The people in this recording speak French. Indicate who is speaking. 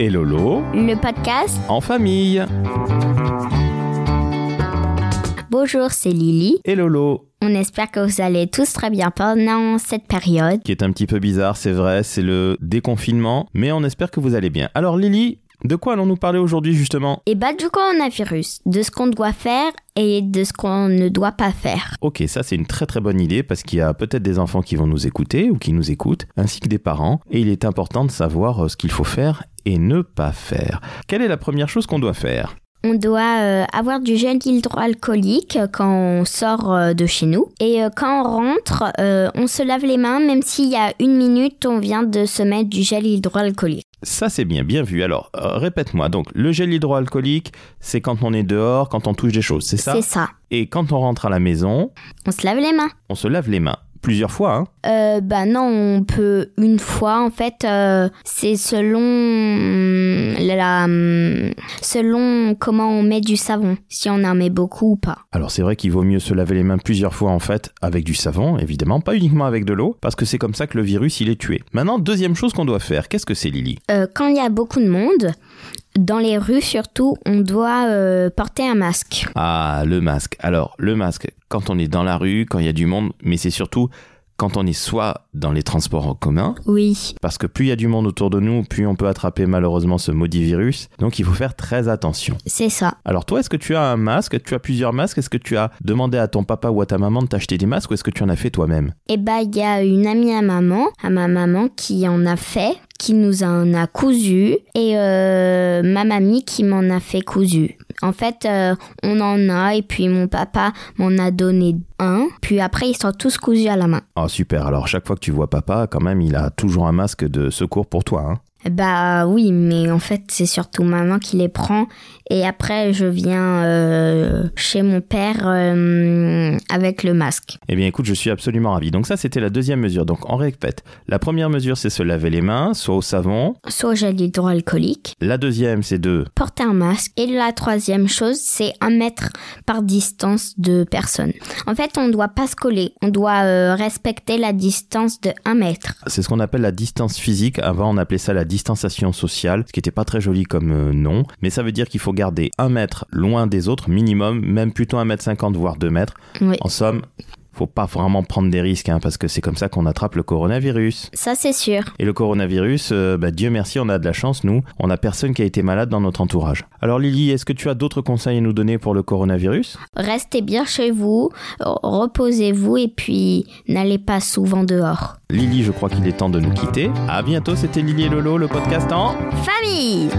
Speaker 1: et Lolo
Speaker 2: le podcast.
Speaker 1: en famille.
Speaker 2: Bonjour, c'est Lily.
Speaker 1: Et Lolo,
Speaker 2: On espère que vous allez tous très bien pendant cette période.
Speaker 1: qui est un petit peu bizarre, c'est vrai, c'est le déconfinement, mais on espère que vous allez bien. Alors Lily, de quoi allons-nous parler aujourd'hui justement
Speaker 2: Et bah du coronavirus, de ce qu'on doit faire et de ce qu'on ne doit pas faire.
Speaker 1: Ok, ça c'est une très très bonne idée parce qu'il y a peut-être des enfants qui vont nous écouter ou qui nous écoutent, ainsi que des parents, et il est important de savoir euh, ce qu'il faut faire et ne pas faire. Quelle est la première chose qu'on doit faire
Speaker 2: On doit euh, avoir du gel hydroalcoolique euh, quand on sort euh, de chez nous. Et euh, quand on rentre, euh, on se lave les mains, même s'il y a une minute, on vient de se mettre du gel hydroalcoolique.
Speaker 1: Ça, c'est bien, bien vu. Alors, euh, répète-moi. Donc, le gel hydroalcoolique, c'est quand on est dehors, quand on touche des choses, c'est ça
Speaker 2: C'est ça.
Speaker 1: Et quand on rentre à la maison,
Speaker 2: On se lave les mains.
Speaker 1: on se lave les mains. Plusieurs fois, hein
Speaker 2: Euh, bah non, on peut une fois. En fait, euh, c'est selon hum, la, hum, selon comment on met du savon, si on en met beaucoup ou pas.
Speaker 1: Alors, c'est vrai qu'il vaut mieux se laver les mains plusieurs fois, en fait, avec du savon, évidemment, pas uniquement avec de l'eau, parce que c'est comme ça que le virus, il est tué. Maintenant, deuxième chose qu'on doit faire, qu'est-ce que c'est, Lily
Speaker 2: Euh, quand il y a beaucoup de monde, dans les rues surtout, on doit euh, porter un masque.
Speaker 1: Ah, le masque. Alors, le masque, quand on est dans la rue, quand il y a du monde, mais c'est surtout quand on est soit dans les transports en commun,
Speaker 2: Oui.
Speaker 1: parce que plus il y a du monde autour de nous, plus on peut attraper malheureusement ce maudit virus, donc il faut faire très attention.
Speaker 2: C'est ça.
Speaker 1: Alors toi, est-ce que tu as un masque Tu as plusieurs masques Est-ce que tu as demandé à ton papa ou à ta maman de t'acheter des masques ou est-ce que tu en as fait toi-même
Speaker 2: Et bah, il y a une amie à maman, à ma maman, qui en a fait, qui nous en a cousu, et euh, ma mamie qui m'en a fait cousu. En fait, euh, on en a, et puis mon papa m'en a donné un, puis après, ils sont tous cousus à la main.
Speaker 1: Oh super, alors chaque fois que tu vois papa, quand même, il a toujours un masque de secours pour toi. Hein
Speaker 2: Bah oui, mais en fait, c'est surtout maman qui les prend, et après, je viens euh, chez mon père euh, avec le masque.
Speaker 1: eh bien écoute, je suis absolument ravi. Donc ça, c'était la deuxième mesure. Donc on répète. La première mesure, c'est se laver les mains, soit au savon.
Speaker 2: Soit au gel hydroalcoolique,
Speaker 1: La deuxième, c'est de...
Speaker 2: porter un masque. Et la troisième chose, c'est un mètre par distance de personne. En fait, on ne doit pas se coller, on doit euh, respecter la distance de 1 mètre.
Speaker 1: C'est ce qu'on appelle la distance physique. Avant, on appelait ça la distanciation sociale, ce qui n'était pas très joli comme euh, nom. Mais ça veut dire qu'il faut garder un mètre loin des autres, minimum, même plutôt un mètre cinquante, voire deux mètres.
Speaker 2: Oui.
Speaker 1: En somme, faut pas vraiment prendre des risques, hein, parce que c'est comme ça qu'on attrape le coronavirus.
Speaker 2: Ça, c'est sûr.
Speaker 1: Et le coronavirus, euh, bah, Dieu merci, on a de la chance, nous. On a personne qui a été malade dans notre entourage. Alors Lily, est-ce que tu as d'autres conseils à nous donner pour le coronavirus
Speaker 2: Restez bien chez vous, r- reposez-vous et puis n'allez pas souvent dehors.
Speaker 1: Lily, je crois qu'il est temps de nous quitter. À bientôt, c'était Lily et Lolo, le podcast en...
Speaker 2: Famille